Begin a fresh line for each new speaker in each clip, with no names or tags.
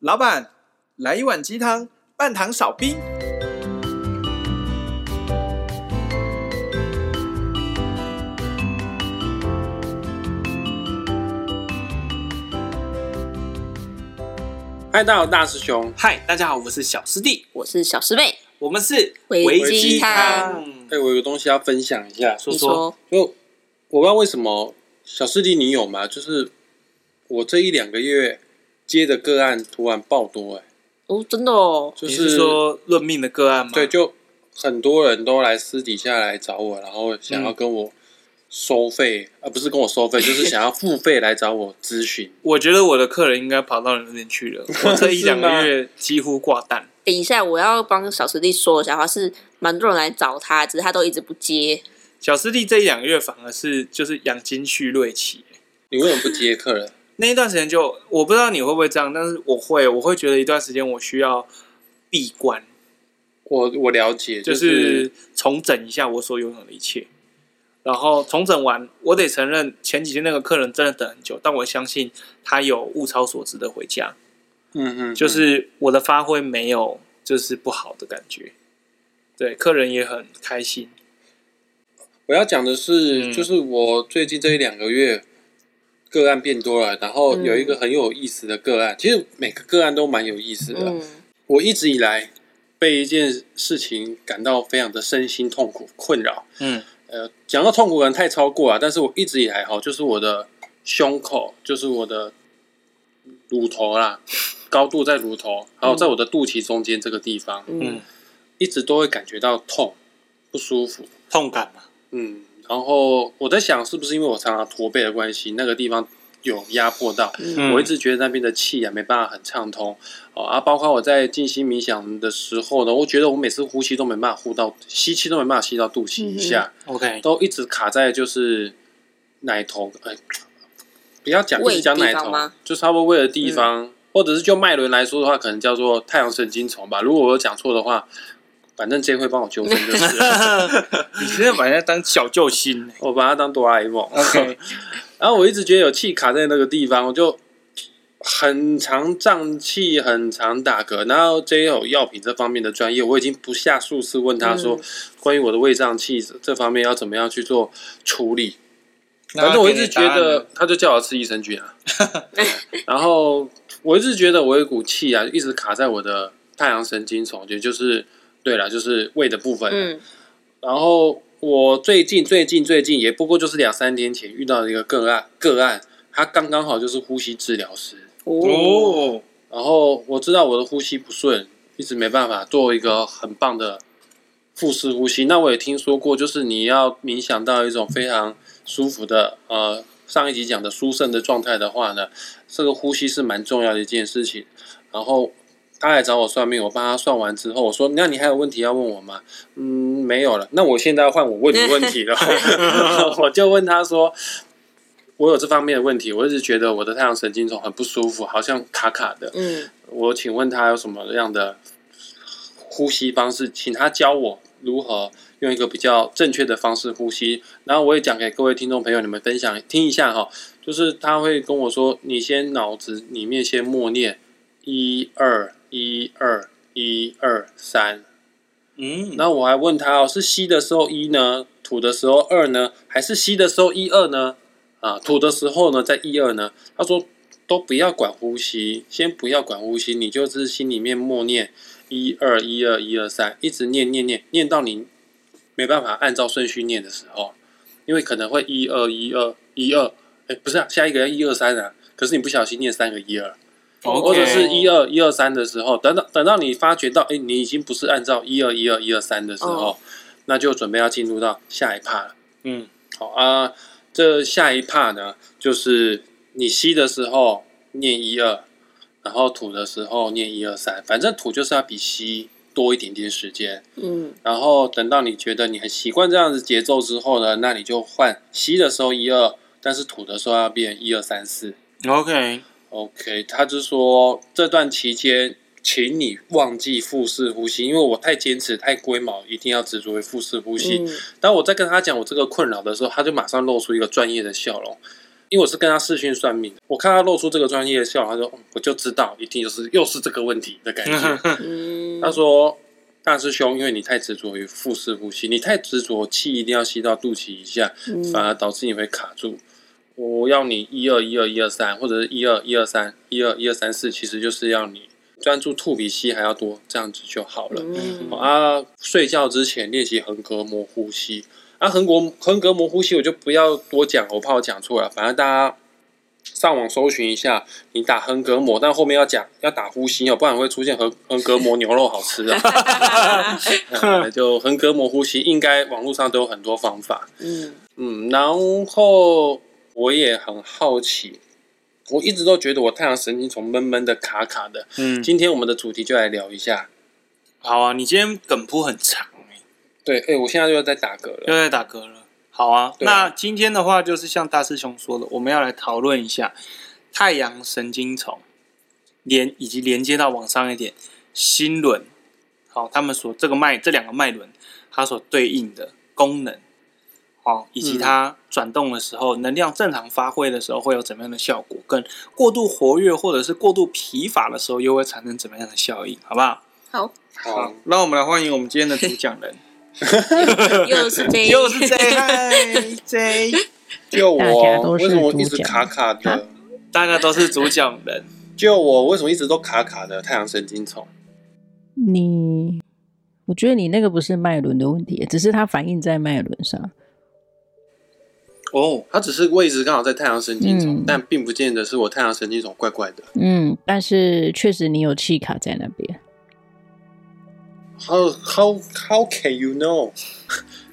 老板，来一碗鸡汤，半糖少冰。
嗨，大家好，大师兄。
嗨，大家好，我是小师弟，
我是小师妹，
我们是
维
基
基
汤。
哎、我有个东西要分享一下，
说
你
说，
说
就我不知道为什么小师弟你有吗？就是我这一两个月接的个案突然爆多、哎，
哦，真的哦，
就
你是说论命的个案吗？
对，就很多人都来私底下来找我，然后想要跟我收费，而、不是跟我 收费，就是想要付费来找我咨询。
我觉得我的客人应该跑到你那边去 了。我这一两个
是吗
月几乎挂单。
等一下我要帮小师弟说一下话，是蛮多人来找他，只是他都一直不接。
小师弟这一两个月反而是就是养精蓄锐期。
你为什么不接客人？
那一段时间就我不知道你会不会这样，但是我会，我会觉得一段时间我需要闭关，
我我了解，
就
就是
是重整一下我所拥有的一切。然后重整完，我得承认前几天那个客人真的等很久，但我相信他有物超所值的回家，
嗯嗯，
就是我的发挥没有就是不好的感觉，对，客人也很开心。
我要讲的是，
嗯
就是我最近这一两个月个案变多了，然后有一个很有意思的个案，其实每个个案都蛮有意思的。
嗯，
我一直以来被一件事情感到非常的身心痛苦困扰。
嗯
呃，讲到痛苦可能太超过了，啊但是我一直以来哈，就是我的胸口，就是我的乳头啦，高度在乳头，还有在我的肚脐中间这个地方，
嗯
嗯，，
一直都会感觉到痛不舒服。
痛感嘛，
嗯，然后我在想，是不是因为我常常驼背的关系，那个地方有压迫到？
嗯
我一直觉得那边的气啊没办法很畅通哦啊，包括我在静心冥想的时候呢，我觉得我每次呼吸都没办法呼到，吸气都没办法吸到肚脐以下，
嗯
OK，
都一直卡在就是奶头，哎，不要讲，一
胃
直讲奶
地方
头
吗，嗯
就差不多胃的地方，或者是就脉轮来说的话，可能叫做太阳神经丛吧。如果我有讲错的话，反正 J 会帮我纠正就是了，
你现在把人家当小救 星
我把它当哆啦 A 梦。
，OK，
然后我一直觉得有气卡在那个地方，我就很常胀气，很常打嗝。然后 J 有药品这方面的专业，我已经不下数次问他说，关于我的胃胀气这方面要怎么样去做处理。反正我一直觉得，他就叫我吃益生菌啊。然后我一直觉得我有一股气啊，一直卡在我的太阳神经丛，也就是对了，就是胃的部分。
嗯，
然后我最近最近最近也不过就是两三天前遇到了一个个案，个案他刚刚好就是呼吸治疗师，
哦，
哦，
然后我知道我的呼吸不顺，一直没办法做一个很棒的腹式呼吸。那我也听说过，就是你要冥想到一种非常舒服的呃。上一集讲的舒胜的状态的话呢，这个呼吸是蛮重要的一件事情。然后他来找我算命，我帮他算完之后，我说：“那你还有问题要问我吗？”嗯，没有了。那我现在要换我问你问题了， 我就问他说：“我有这方面的问题，我一直觉得我的太阳神经丛很不舒服，好像卡卡的。
嗯，
我请问他有什么样的呼吸方式，请他教我如何用一个比较正确的方式呼吸。然后我也讲给各位听众朋友你们分享听一下哈，就是他会跟我说，你先脑子里面先默念一二一二一二三。
嗯，
那我还问他哦，是吸的时候一呢，吐的时候二呢，还是吸的时候一二呢？啊，吐的时候呢，在一二呢？他说都不要管呼吸，先不要管呼吸，你就是心里面默念一二一二一二三，一直念念念念到你没办法按照顺序念的时候，因为可能会一二一二一二，哎，不是啊，下一个要一二三啊，可是你不小心念三个一二，
OK
或者是一二一二三的时候，等到等到你发觉到，哎、你已经不是按照一二一二一二三的时候，
哦
那就准备要进入到下一趴了。
嗯，
好啊，这下一趴呢，就是你吸的时候念一二，然后吐的时候念一二三，反正吐就是要比吸多一点点时间。
嗯，
然后等到你觉得你很习惯这样子节奏之后呢，那你就换吸的时候一二，但是吐的时候要变一二三四。
OK，
OK，他就说这段期间，请你忘记腹式呼吸，因为我太坚持、太龟毛，一定要执着于腹式呼吸。
嗯，
当我在跟他讲我这个困扰的时候，他就马上露出一个专业的笑容。因为我是跟他视讯算命的，我看他露出这个专业的笑容，他说、哦我就知道，一定就是又是这个问题的感觉。
嗯，
他说：“大师兄，因为你太执着于腹式呼吸，你太执着气一定要吸到肚脐以下，
嗯
反而导致你会卡住。我要你一二一二一二三，或者是一二一二三一二一二三四，其实就是要你专注吐比吸还要多，这样子就好了。
嗯
好啊，睡觉之前练习横膈膜呼吸。啊，横膈横膈膜呼吸我就不要多讲，我怕我讲错了。反正大家上网搜寻一下，你打横膈膜，但后面要讲要打呼吸哦，不然会出现横横膈膜牛肉好吃啊。嗯 就横膈膜呼吸，应该网络上都有很多方法。
嗯
嗯，然后我也很好奇，我一直都觉得我太阳神经丛闷闷的、卡卡的。
嗯，
今天我们的主题就来聊一下。
好啊，你今天梗铺很长、欸，
对，哎、我现在又在打嗝了。
又在打嗝了。好啊，
对啊
那今天的话就是像大师兄说的，我们要来讨论一下太阳神经丛连以及连接到往上一点心轮，好，他们所这个脉这两个脉轮它所对应的功能，好，以及
嗯
它转动的时候、能量正常发挥的时候会有怎么样的效果，跟过度活跃或者是过度疲乏的时候又会产生怎么样的效应，好不好？
好，
好，，
那我们来欢迎我们今天的主讲人。
又是这 一，
又是 J，嗨 J，
救
大家
我！
都是
为什么一直
主角
卡卡的
啊？
大家都是主讲人，
救我！为什么一直都卡卡的？太阳神经丛。
你，我觉得你那个不是脉轮的问题，只是它反映在脉轮上。
哦，它只是位置刚好在太阳神经丛，
嗯
但并不见得是我太阳神经丛怪怪的。
嗯，但是确实你有气卡在那边。
How how how can you know？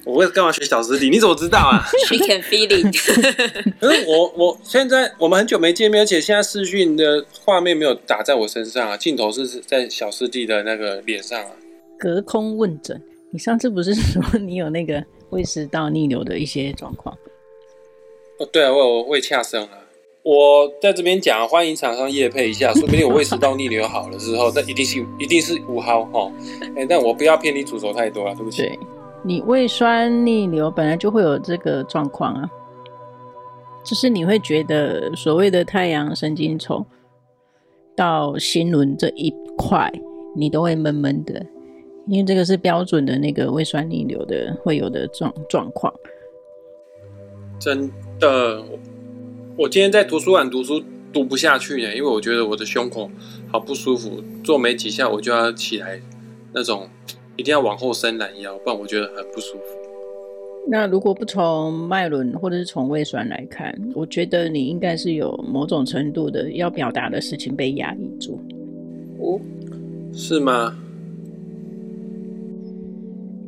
我为干嘛学小师弟？你怎么知道啊？
she can feel it，
可是我我现在我们很久没见面，而且现在视讯的画面没有打在我身上啊，镜头是在小师弟的那个脸上啊。
隔空问诊，你上次不是 说你有那个胃食道逆流的一些状况？
哦，对啊，我有胃恰生啊。我在这边讲，欢迎厂商夜配一下，说不定我胃食道逆流好了之后，那一定是一定是五号哦。哎，但我不要骗你主轴太多了，对不起。
对，你胃酸逆流本来就会有这个状况啊，就是你会觉得所谓的太阳神经丛到心轮这一块，你都会闷闷的，因为这个是标准的那个胃酸逆流的会有的状状况。
真的，我我今天在图书馆读书读不下去呢，因为我觉得我的胸口好不舒服，坐没几下我就要起来，那种一定要往后伸懒腰，不然我觉得很不舒服。
那如果不从脉轮或者是从胃酸来看，我觉得你应该是有某种程度的要表达的事情被压抑住。
是吗？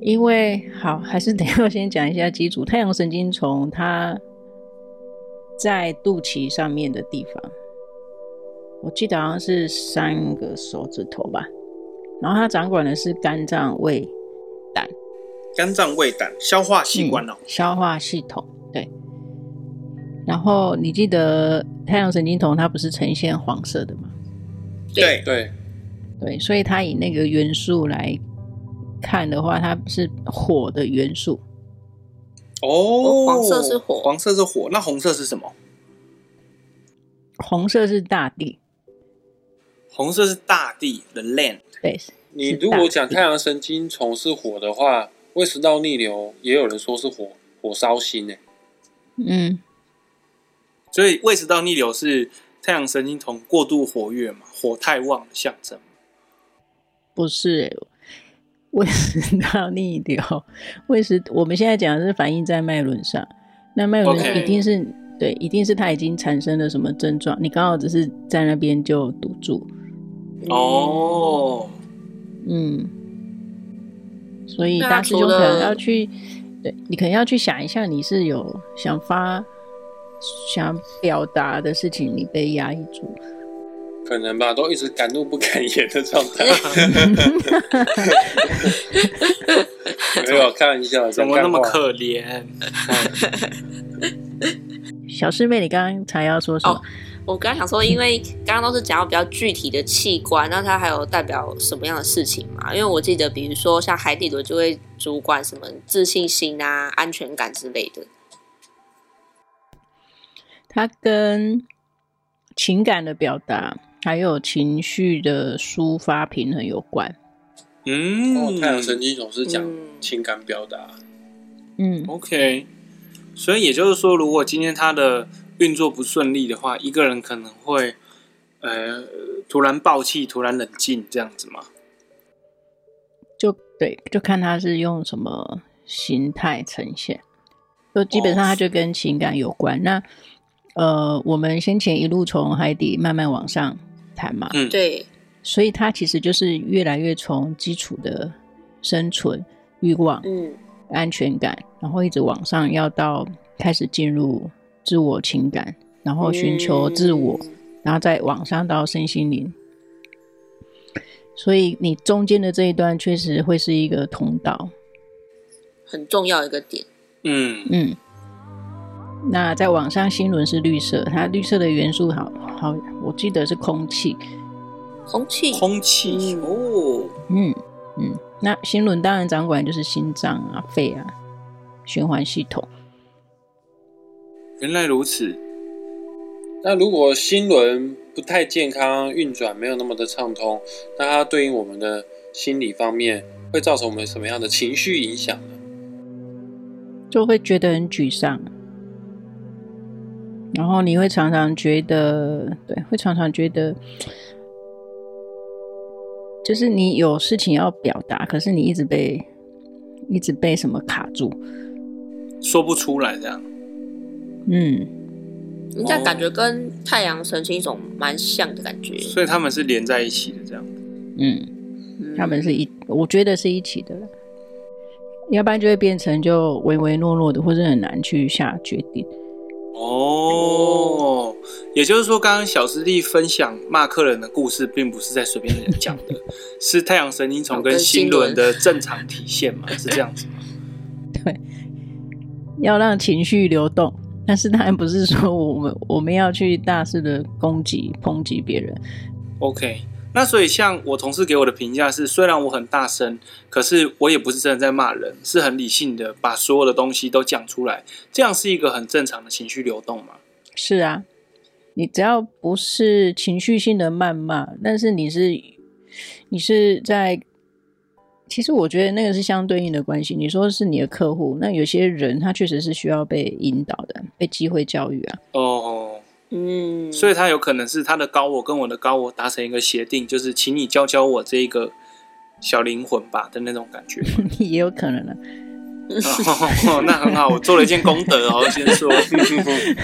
因为好，还是得要先讲一下基础。太阳神经丛它在肚脐上面的地方，我记得好像是三个手指头吧。然后它掌管的是肝脏、胃、
肝脏、胃、胆、消化器官哦
嗯，消化系统。对。然后你记得太阳神经丛它不是呈现黄色的吗？
嗯对，
对，
对，所以它以那个元素来看的话，它是火的元素。
哦
黄色是火
黄色是火，那红色是什么？
红色是大地，
红色是大地的 land，
对，
你
是
如果
大
讲
地
太阳神经丛是火的话，胃食道逆流也有人说是火火烧心呢。
嗯，
所以胃食道逆流是太阳神经丛过度活跃嘛，火太旺的象征。
不是、欸，胃食道逆流，胃食我们现在讲的是反映在脉轮上，那脉轮
OK
一定是对，一定是它已经产生了什么症状，你刚好只是在那边就堵住，
哦，
嗯，所以
那
大师兄
除了
可能要去，对你可能要去想一下，你是有想发想表达的事情，你被压抑住，
可能吧，都一直敢怒不敢言的状态。 没有开玩笑，
怎么那么
真干话
可怜？
小师妹，你刚刚才要说什么？
哦我刚刚想说，因为刚刚都是讲到比较具体的器官，那它还有代表什么样的事情嘛？因为我记得，比如说像海底轮就会主管什么自信心啊、安全感之类的。
它跟情感的表达还有情绪的抒发平衡有关。
嗯，
哦，太阳神经总是讲
嗯
情感表达，
嗯，
OK，所以也就是说，如果今天他的运作不顺利的话，一个人可能会呃突然暴气，突然冷静这样子嘛。
就对，就看他是用什么形态呈现。就基本上它就跟情感有关。那呃，我们先前一路从海底慢慢往上谈嘛，
嗯，
对，
所以它其实就是越来越从基础的生存欲望、
嗯
安全感，然后一直往上，要到开始进入自我情感，然后寻求自我，
嗯
然后再往上到身心灵。所以你中间的这一段确实会是一个通道，
很重要一个点。
嗯，
嗯。那再往上，心轮是绿色，它绿色的元素好好，我记得是空气，
空气，
空气、
嗯
哦，
嗯嗯。那心轮当然掌管就是心脏啊、肺啊、循环系统，
原来如此。
那如果心轮不太健康，运转没有那么的畅通，那它对应我们的心理方面会造成我们什么样的情绪影响呢？
就会觉得很沮丧，然后你会常常觉得，对，会常常觉得，就是你有事情要表达，可是你一直被一直被什么卡住，
说不出来这样，
嗯，
嗯但感觉跟太阳神经一种蛮像的感觉。
所以他们是连在一起的这样。
嗯，
嗯
他们是一，我觉得是一起的啦，要不然就会变成就唯唯诺诺的，或是很难去下决定，
哦，也就是说，刚刚小师弟分享骂客人的故事，并不是在随便讲 的，是太阳神经丛跟心轮的正常体现嘛？是这样子吗？
要让情绪流动。但是当然不是说我们我们要去大肆的攻击抨击别人，
OK，那所以像我同事给我的评价是，虽然我很大声，可是我也不是真的在骂人，是很理性的把所有的东西都讲出来，这样是一个很正常的情绪流动嘛？
是啊，你只要不是情绪性的谩骂，但是你是你是在，其实我觉得那个是相对应的关系。你说是你的客户，那有些人他确实是需要被引导的，被机会教育啊。
哦，
嗯，
所
以
以他有可能是他的高我跟我的高我达成一个协定，就是请你教教我这一个小灵魂吧的那种感觉。
也有可能啊，
哦，那很好，我做了一件功德哦。先说，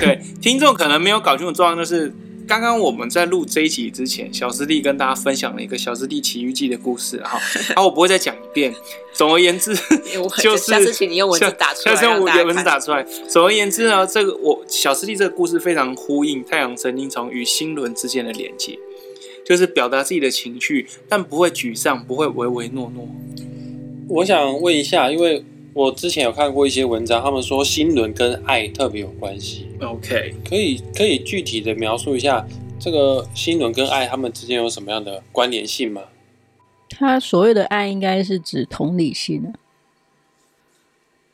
对听众可能没有搞清楚状况，就是刚刚我们在录这一集之前，小师弟跟大家分享了一个《小师弟奇遇记》的故事哈，啊，我不会再讲一遍。总而言之，就是
下次请你用文字打出 来，
下次
让
用
大家
文字
看
打出来。总而言之呢，这个我小师弟这个故事非常呼应太阳神经丛与心轮之间的连接，就是表达自己的情绪，但不会沮丧，不会唯唯诺诺。
我想问一下，因为我之前有看过一些文章，他们说心轮跟爱特别有关系，
OK，
可以可以具体的描述一下这个心轮跟爱他们之间有什么样的关联性吗？
他所谓的爱应该是指同理心啊。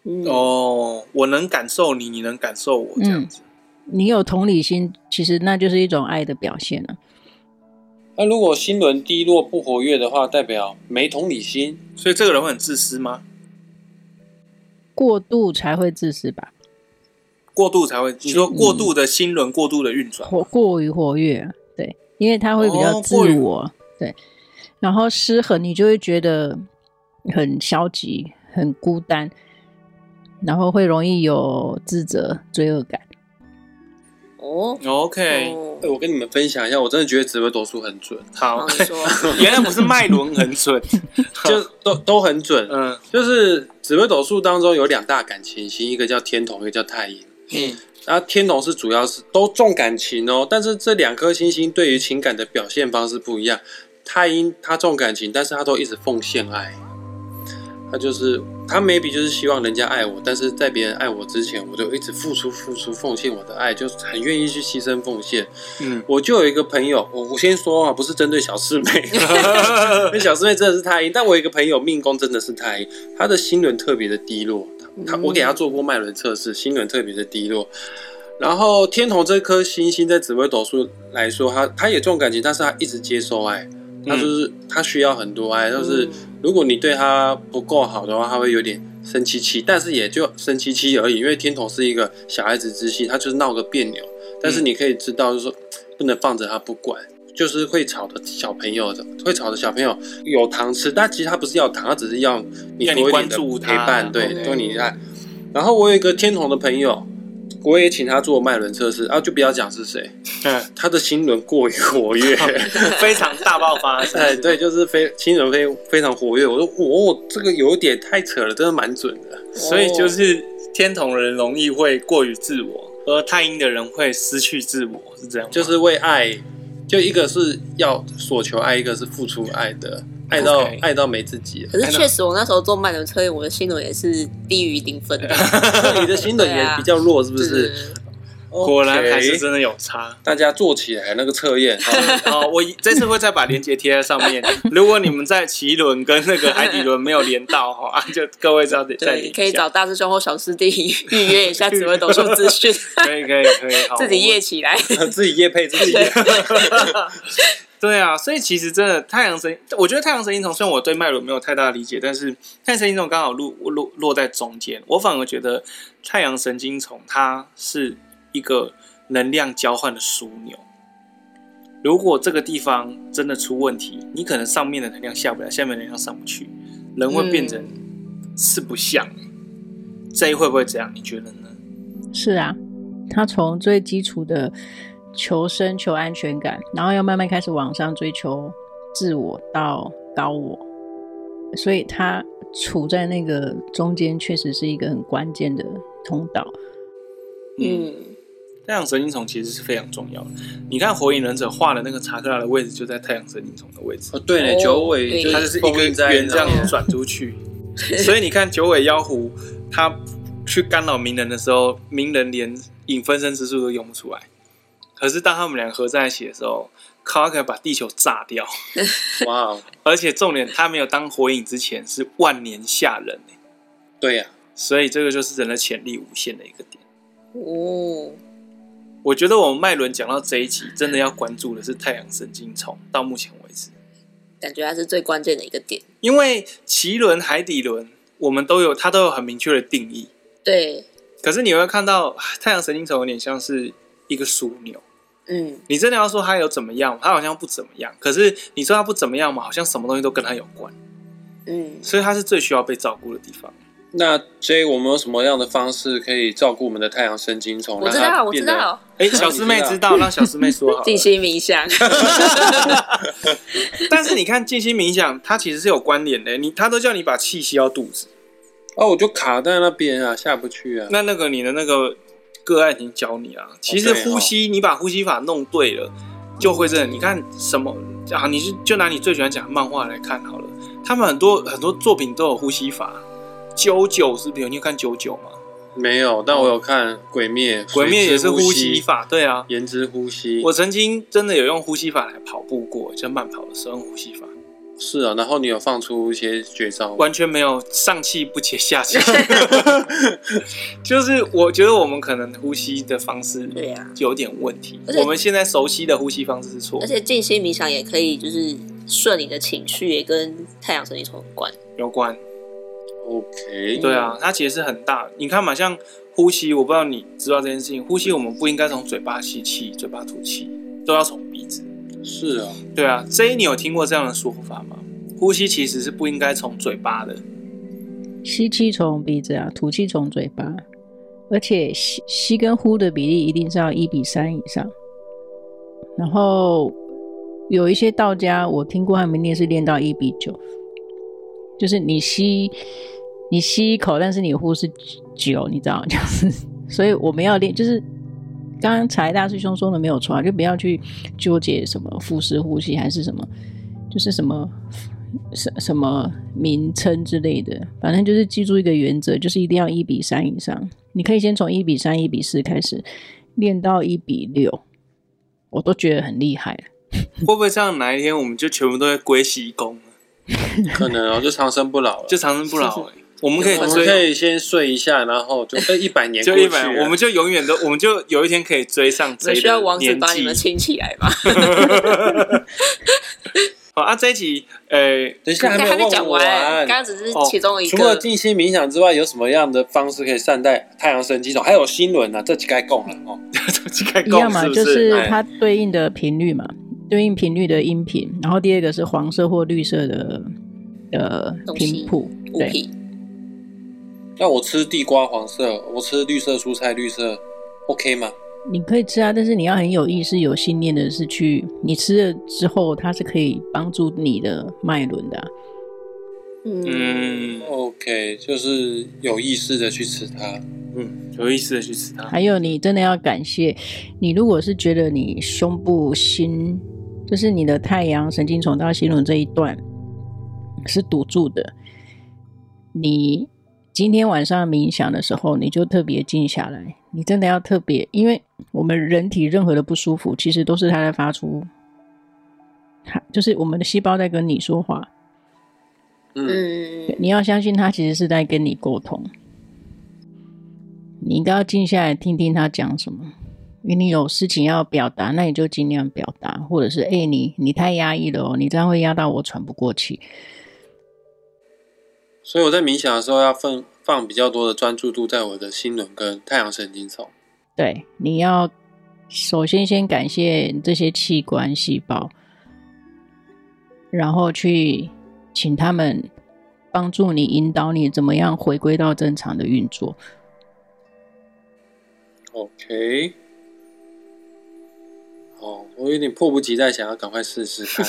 嗯
哦，我能感受你，你能感受我，这样子。
你有同理心，其实那就是一种爱的表现啊。
那如果心轮低落不活跃的话，代表没同理心，
所以这个人会很自私吗？
过度才会自私吧，
过度才会，你说过度的心轮过度的运转，
活过于活跃啊，对，因为他会比较
哦
自
过于
我，对，然后失衡，你就会觉得很消极、很孤单，然后会容易有自责、罪恶感。
哦
OK，、
哦
哎，我跟你们分享一下，我真的觉得紫微斗数很准，
好
好，，你说
原来不是脉轮很 准，
就都都很准。
嗯
就是紫微斗数当中有两大感情星，一个叫天同，一个叫太阴。
嗯，
然后天同是主要是都重感情哦，但是这两颗星星对于情感的表现方式不一样。太阴他重感情，但是他都一直奉献爱，他就是他 maybe 就是希望人家爱我，但是在别人爱我之前，我就一直付出付出奉献我的爱，就是很愿意去牺牲奉献。
嗯，
我就有一个朋友，我我先说啊，不是针对小师妹，那小师妹真的是太阴，但我有一个朋友命宫真的是太阴，
嗯
她的心轮特别的低落。她她我给她做过脉轮测试，心轮特别的低落。然后天同这颗星星在紫微斗数来说，它它也重感情，但是它一直接受爱，它就是它需要很多爱，
嗯
就是如果你对它不够好的话，它会有点生气气，但是也就生气气而已，因为天同是一个小孩子之心，它就是闹个别扭，但是你可以知道，就是说不能放着它不管。就是会吵的小朋友的，会吵的小朋友有糖吃，但其实他不是要糖，他只是要你
要你
多一点
关
的
注他
陪伴，对，
OK
多你爱。然后我有一个天童的朋友，我也请他做脉轮测试啊，就不要讲是谁，
嗯，
他的心轮过于 活跃，
非常大爆发，是不
哎，
是
对，就是非心轮非非常活跃。我说哦，这个有点太扯了，真的蛮准的。
所
哦
以就是天同的人容易会过于自我，而太阴的人会失去自我，是这样吗？
就是为爱，就一个是要所求爱，一个是付出爱的，爱到
OK
爱到没自己哎了。
可是确实，我那时候做慢轮测验，我的心轮也是低于零分的，
你的心轮
对
也
啊
比较弱，是不？
就是是
果然还是
OK
真的有差。
大家做起来那个测验， 哈
哦，我这次会再把链接贴在上面。如果你们在奇轮跟那个海底轮没有连到哈，啊， 就各位稍等，再
对，
连一
可以
下
找大师兄或小师弟预约一下紫微斗数资讯，
可以可以可以，好
自己
我
夜起来。
自己夜配自己业配。
对啊，所以其实真的太阳神，我觉得太阳神经丛虽然我对脉轮没有太大的理解，但是太阳神经丛刚好落落落在中间，我反而觉得太阳神经丛它是一个能量交换的枢纽。如果这个地方真的出问题，你可能上面的能量下不来，下面的能量上不去，人会变成四不像。这一会不会这样？你觉得呢？
是啊，他从最基础的求生、求安全感，然后要慢慢开始往上追求自我到高我，所以他处在那个中间，确实是一个很关键的通道。
嗯，
太阳神经丛其实是非常重要的。你看《火影忍者》画的那个查克拉的位置，就在太阳神经丛的位置。
哦，对呢，
哦
九尾
对
就
它就是是一个
封印在
圆这样
那
转出 去。所以你看九尾妖狐，它去干扰鸣人的时候，鸣人连影分身之术都用不出来。可是当他们俩合在一起的时候，卡可以把地球炸掉。
哇哦，
而且重点，他没有当火影之前是万年吓人、欸，
对啊呀，
所以这个就是人的潜力无限的一个点。
哦，
我觉得我们脉轮讲到这一集，真的要关注的是太阳神经丛。到目前为止，
感觉还是最关键的一个点。
因为脐轮、海底轮，我们都有它都有很明确的定义。
对，
可是你会看到 啊太阳神经丛有点像是一个枢纽。
嗯，
你真的要说它有怎么样，它好像不怎么样。可是你说它不怎么样嘛，好像什么东西都跟它有关，
嗯，
所以它是最需要被照顾的地方。
那 J，我们有什么样的方式可以照顾我们的太阳神经虫？
我知
让它
道，我知
变得。
道，
哎，小师妹知道，让小师妹说好了。
静心冥想。
但是你看静心冥想，它其实是有关联的。你它都叫你把气吸到肚子，
哦，我就卡在那边啊，下不去啊。
那那个你的那个个案已经教你啊。其实
对哦嗯
呼吸，你把呼吸法弄对了，就会真的。你看什么啊？你是就拿你最喜欢讲的漫画来看好了，他们很多很多作品都有呼吸法。九九是不是有？你有看九九吗？
没有，但我有看《哦鬼灭》，
鬼灭也是
呼
呼吸，法，对啊。
延之呼吸。
我曾经真的有用呼吸法来跑步过，就慢跑的时候用呼吸法，
是啊，然后你有放出一些绝招吗，
完全没有上气不接下气。 就是我觉得我们可能呼吸的方式
对呀
有点问题
而，且
我们现在熟悉的呼吸方式是错
而，且静心冥想也可以，就是顺你的情绪，也跟太阳神经丛有关。
有关。
OK，
对啊，它其实是很大。你看嘛，像呼吸，我不知道你知道这件事情，呼吸我们不应该从嘴巴吸气，嘴巴吐气，都要从鼻子。
是啊，
对啊，J，你有听过这样的说法吗？呼吸其实是不应该从嘴巴 的，
吸气从鼻子啊，吐气从嘴巴，而且吸吸跟呼的比例一定是要一比三以上。然后有一些道家，我听过他们念是练到一比九，就是你吸你吸一口，但是你呼是九，你知道吗，就是所以我们要练，就是刚刚才大师兄说的没有错啊，就不要去纠结什么腹式呼吸还是什么，就是什么什什么名称之类的，反正就是记住一个原则，就是一定要一比三以上。你可以先从一比三、一比四开始练到一比六，我都觉得很厉害了。
会不会这样？哪一天我们就全部都会归西宫了，
可能哦，就长生不老了。
就长生不老、欸？我们可以
我们可
追，
以先睡一下，然后 就哎一百年
就
过去
一
了
百，我们就永远都，我们就有一天可以追上
啊我
贼
需
的
要王子
年
把你们
纪。
亲起来吧。
好啊，这一集，呃，
等一下还没
还
有
没
问
讲
我
完，刚刚只是其中一
除了
个。
静心冥想之外，有什么样的方式可以善待太阳神经丛？还有心轮呢、啊？这几该供了哦。
开
一
工
样嘛，
是不？
就是是
哎
它对应的频率嘛，对应频率的音频。然后第二个是黄色或绿色的呃
东西
频谱，
物
对，
品
那我吃地瓜黄色，我吃绿色蔬菜绿色，OK 吗？
你可以吃啊，但是你要很有意识、有信念的是去，你吃了之后，它是可以帮助你的脉轮的啊、
嗯，
嗯
OK，就是有意识的去吃它。
嗯，有意思的去吃它。
还有，你真的要感谢你，如果是觉得你胸部心，就是你的太阳神经丛到心轮这一段是堵住的，你今天晚上冥想的时候，你就特别静下来。你真的要特别，因为我们人体任何的不舒服，其实都是它在发出，它就是我们的细胞在跟你说话。
嗯，
嗯
对，你要相信他其实是在跟你沟通。你应该要静下来听听他讲什么，因为你有事情要表达，那你就尽量表达，或者是哎、你你太压抑了哦，你这样会压到我喘不过气。
所以我在冥想的时候要放放比较多的专注度在我的心轮跟太阳神经丛。
对，你要首先先感谢这些器官细胞，然后去请他们帮助你引导你怎么样回归到正常的运作。
OK。哦，我有点迫不及待想要赶快试试看。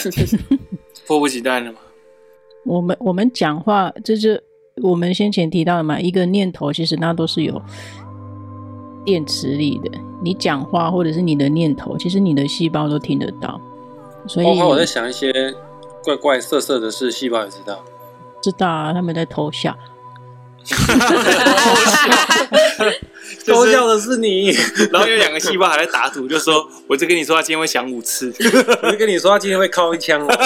迫不及待了嘛？
我们我们讲话，这就是我们先前提到的嘛，一个念头其实它都是有电磁力的。你讲话或者是你的念头，其实你的细胞都听得到，所以
包哦括我在想一些怪怪色色的事，细胞也知道。
知道啊，他们在偷笑。
就是
搞笑的是你，
然后有两个细胞还在打赌，就说：“我就跟你说，他今天会响五 次。
我就跟你说他今天会敲一枪哦。”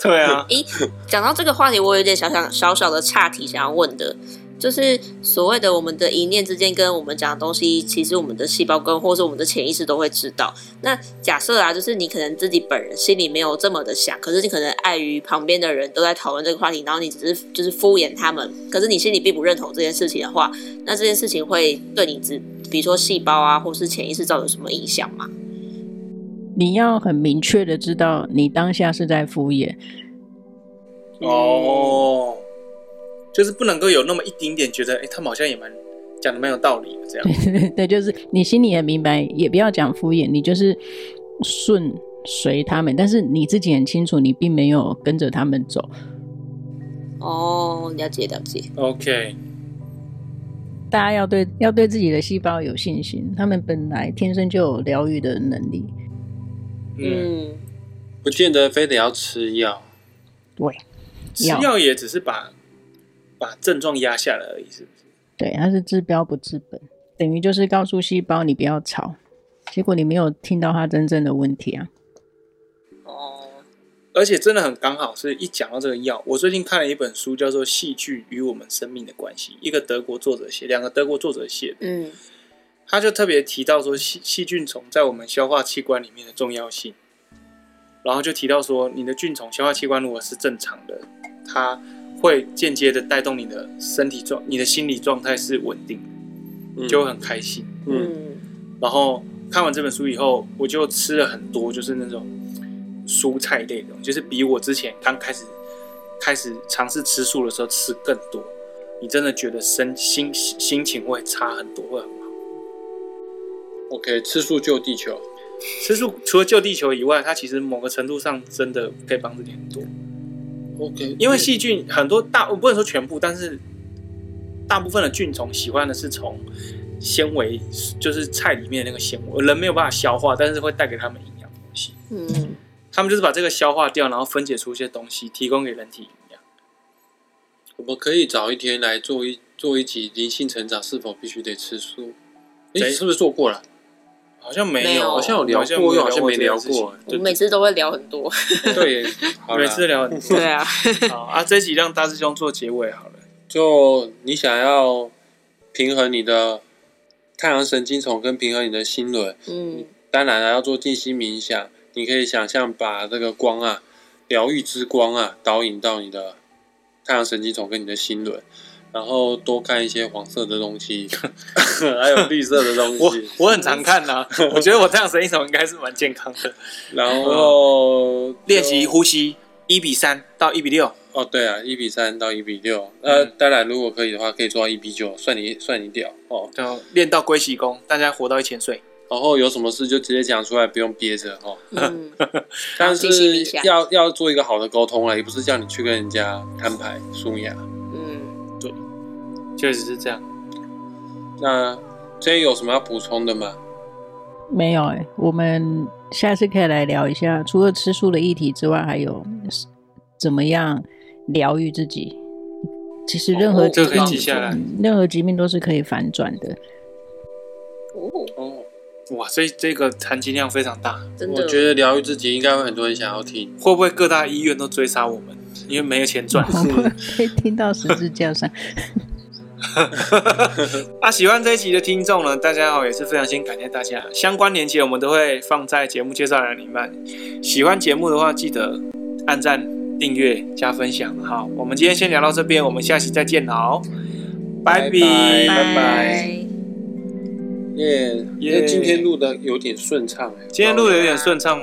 对啊，
诶，哎讲到这个话题，我有点小小小小的岔题想要问的，就是所谓的我们的一念之间跟我们讲的东西，其实我们的细胞跟或是我们的潜意识都会知道。那假设啊，就是你可能自己本人心里没有这么的想，可是你可能碍于旁边的人都在讨论这个话题，然后你只是就是敷衍他们，可是你心里并不认同这件事情的话，那这件事情会对你自比如说细胞啊，或是潜意识造成什么影响吗？
你要很明确的知道，你当下是在敷衍，
嗯
哦，就是不能够有那么一丁点觉得，哎、他们好像也蛮讲的蛮有道理的这样。
嗯
对，就是你心里很明白，也不要讲敷衍，你就是顺随他们，但是你自己很清楚，你并没有跟着他们走。
哦，了解了解。
OK，
大家要对要对自己的细胞有信心，他们本来天生就有疗愈的能力。
嗯，
嗯
不见得非得要吃药。
对，
吃药也只是把把症状压下来而已，是不是？
对，它是治标不治本，等于就是告诉细胞你不要吵，结果你没有听到它真正的问题啊。
哦。
而且真的很刚好，是一讲到这个药，我最近看了一本书，叫做《戏剧与我们生命的关系》，一个德国作者写，两个德国作者写的。
嗯，
他就特别提到说细细菌虫在我们消化器官里面的重要性，然后就提到说你的菌虫消化器官如果是正常的，它会间接的带动你的身体状、你的心理状态是稳定的，
嗯
就会很开心。
嗯，
嗯，
然后看完这本书以后，我就吃了很多就是那种蔬菜类的东西，就是比我之前刚开始开始尝试吃素的时候吃更多。你真的觉得身心心情会差很多，会很好。
OK，吃素救地球。
吃素除了救地球以外，它其实某个程度上真的可以帮自己很多。
OK，
因为细菌很多大，我不能说全部，但是大部分的菌虫喜欢的是从纤维，就是菜里面的那个纤维，人没有办法消化，但是会带给他们营养的东西。
嗯，
他们就是把这个消化掉，然后分解出一些东西，提供给人体营养。
我们可以早一天来做一做一集灵性成长是否必须得吃素？
谁
诶，是不是做过了？
好像没有，
没有
好
好
像
像有聊过又好像没聊过
我每次都会聊很多。
对，好啦
每次聊很多。
啊，
好啊，这一集让大师兄做结尾好了。
就你想要平衡你的太阳神经丛跟平衡你的心轮，
嗯，
当然了啊要做静心冥想，你可以想象把这个光啊，疗愈之光啊，导引到你的太阳神经丛跟你的心轮。然后多看一些黄色的东西， 还有绿色的东
我
西。
我很常看 呐、我觉得我这样神经丛应该是蛮健康的。
然后
练习
就
呼吸，一比三到一比六，
哦，对啊，一比三到一比六。呃，
嗯
当然如果可以的话，可以做到一比九，算你算你屌哦。
就练到龟息功，大家活到一千岁。
然后有什么事就直接讲出来，不用憋着哦。
嗯，
但是
进行一下
要要做一个好的沟通啊，也不是叫你去跟人家摊牌输牙。
嗯，
确实是这样。
那这有什么要补充的吗？
没有哎、我们下次可以来聊一下，除了吃素的议题之外，还有是怎么样疗愈自己。其实任何
哦
疾
这个可以
病
记下
来
嗯任何疾病都是可以反转的。
哦，
哦，
哇，这这个含金量非常大，
真的，
我觉得疗愈自己应该会很多人想要听。
会不会各大医院都追杀我们？因为没有钱赚。
我们 可以听到十字架上，
啊，喜欢这一集的听众呢，大家好，也是非常先感谢大家。相关链接我们都会放在节目介绍栏里面。喜欢节目的话，记得按赞、订阅、加分享。好，我们今天先聊到这边，我们下期再见喽，拜
拜
拜
拜
拜。
拜。
耶、因
耶
为今天录的有点顺畅哎、
今天录的有点顺畅。